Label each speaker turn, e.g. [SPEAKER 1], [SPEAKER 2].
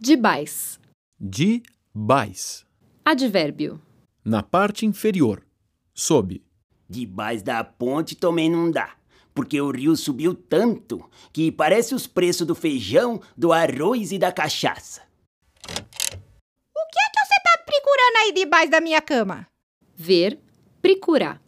[SPEAKER 1] Demais.
[SPEAKER 2] de baixo,
[SPEAKER 1] Advérbio.
[SPEAKER 2] na parte inferior, sob,
[SPEAKER 3] Debaixo da ponte também não dá, porque o rio subiu tanto que parece os preços do feijão, do arroz e da cachaça.
[SPEAKER 4] O que é que você tá procurando aí debaixo da minha cama?
[SPEAKER 1] Ver, procurar.